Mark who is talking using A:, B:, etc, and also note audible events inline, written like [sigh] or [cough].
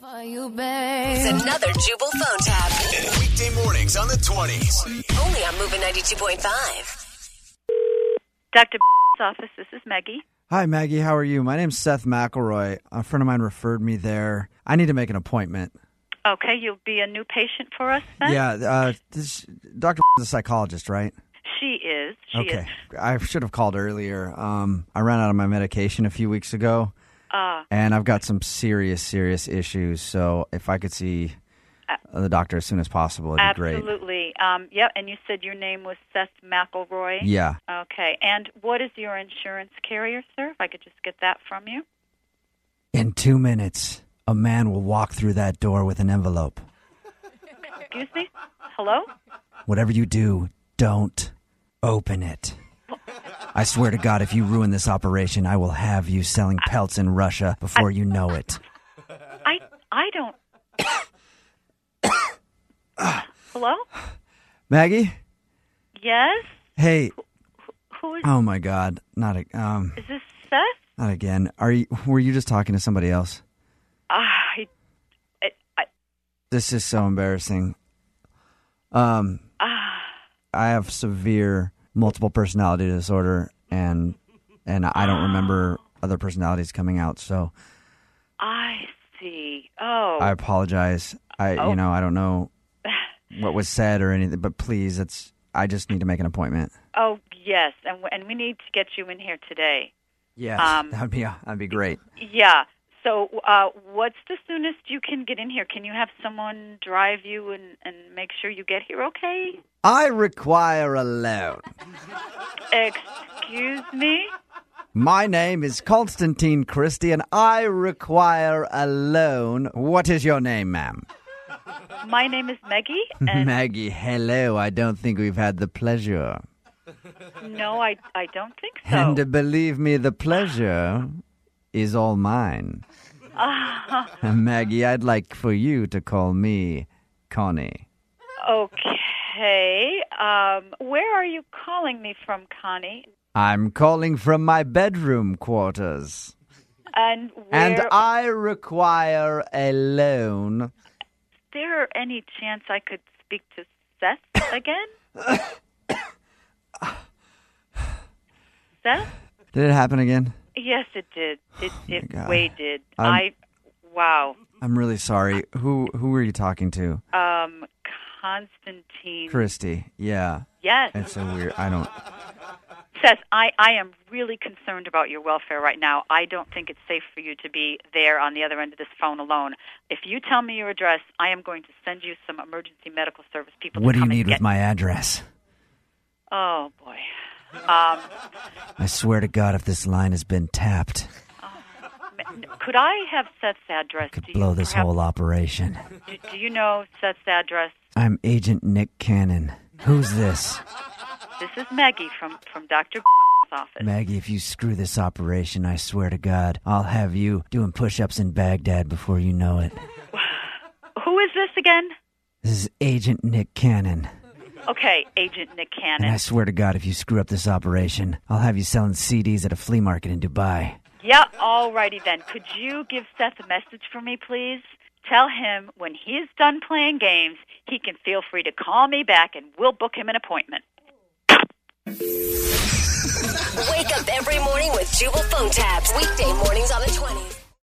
A: For you, babe.
B: It's another Jubal phone tab.
C: Weekday mornings on the 20s.
B: Only on Moving 92.5.
D: Dr. office. This is Maggie.
E: Hi, Maggie. How are you? My name's Seth McElroy. A friend of mine referred me there. I need to make an appointment.
D: Okay, you'll be a new patient for us then?
E: Yeah, uh, this, Dr. is a psychologist, right?
D: She is. She is.
E: okay. I should have called earlier. Um, I ran out of my medication a few weeks ago,
D: Uh,
E: and I've got some serious, serious issues. So if I could see uh, the doctor as soon as possible, it'd be great.
D: absolutely. Um, yeah, and you said your name was Seth McElroy?
E: Yeah.
D: Okay, and what is your insurance carrier, sir? If I could just get that from you.
E: In two minutes, a man will walk through that door with an envelope.
D: Excuse me? Hello?
E: Whatever you do, don't open it. I swear to God, if you ruin this operation, I will have you selling pelts in Russia before you know it.
D: I, I don't. Hello?
E: Maggie?
D: Yes?
E: Hey.
D: Who is,
E: Oh my God. Not a, um,
D: is this Seth?
E: not again. Are you? Were you just talking to somebody else?
D: Ah, I, I, I,
E: This is so embarrassing. Um, I have severe multiple personality disorder, and and I don't remember other personalities coming out. So
D: I see. Oh,
E: I apologize. I you know I
D: [laughs]
E: don't know what was said or anything, but please, it's I just need to make an appointment.
D: oh, yes, and, w- and we need to get you in here today.
E: Yes,
D: Um,
E: that'd be that'd be great.
D: Yeah. So, uh, what's the soonest you can get in here? Can you have someone drive you and, and make sure you get here okay?
E: I require a loan.
D: Excuse me?
E: My name is Constantine Christie, and I require a loan. What is your name, ma'am?
D: My name is Maggie, and
E: Maggie. Hello. I don't think we've had the pleasure,
D: no, I, I don't think so.
E: and uh, believe me, the pleasure is
D: [laughs]
E: all mine. Maggie, I'd like for you to call me Connie.
D: okay. Um, where are you calling me from, Connie?
E: I'm calling from my bedroom quarters.
D: And where,
E: And I require a loan.
D: is there any chance I could speak to Seth again?
E: [coughs]
D: Seth?
E: Did it happen again?
D: Yes, it did. It, it
E: Oh God.
D: way did.
E: I'm-
D: I wow.
E: I'm really sorry. Who who were you talking to?
D: Um, Constantine.
E: Christy. Yeah.
D: Yes,
E: It's so weird. I don't
D: Seth. I I am really concerned about your welfare right now. I don't think it's safe for you to be there on the other end of this phone alone. If you tell me your address, I am going to send you some emergency medical service people.
E: What
D: to
E: do you
D: come and
E: need with
D: get-
E: my address?
D: Oh boy. Um,
E: I swear to God if this line has been tapped,
D: m- could I have Seth's address?
E: could
D: do you
E: blow this
D: perhaps-
E: whole operation.
D: Do, do you know Seth's address?
E: I'm Agent Nick Cannon. Who's this?
D: This is Maggie from from Doctor office.
E: Maggie, if you screw this operation, I swear to God, I'll have you doing push ups in Baghdad before you know it.
D: Who is this again?
E: This is Agent Nick Cannon.
D: Okay, Agent Nick
E: And I
D: Cannon.
E: swear to God, if you screw up this operation, I'll have you selling CDs at a flea market in Dubai.
D: Yep, alrighty then. Could you give Seth a message for me, please? Tell him when he's done playing games, he can feel free to call me back and we'll book him an appointment.
B: Wake up every morning with Jubal phone tabs. Weekday mornings on the 20s.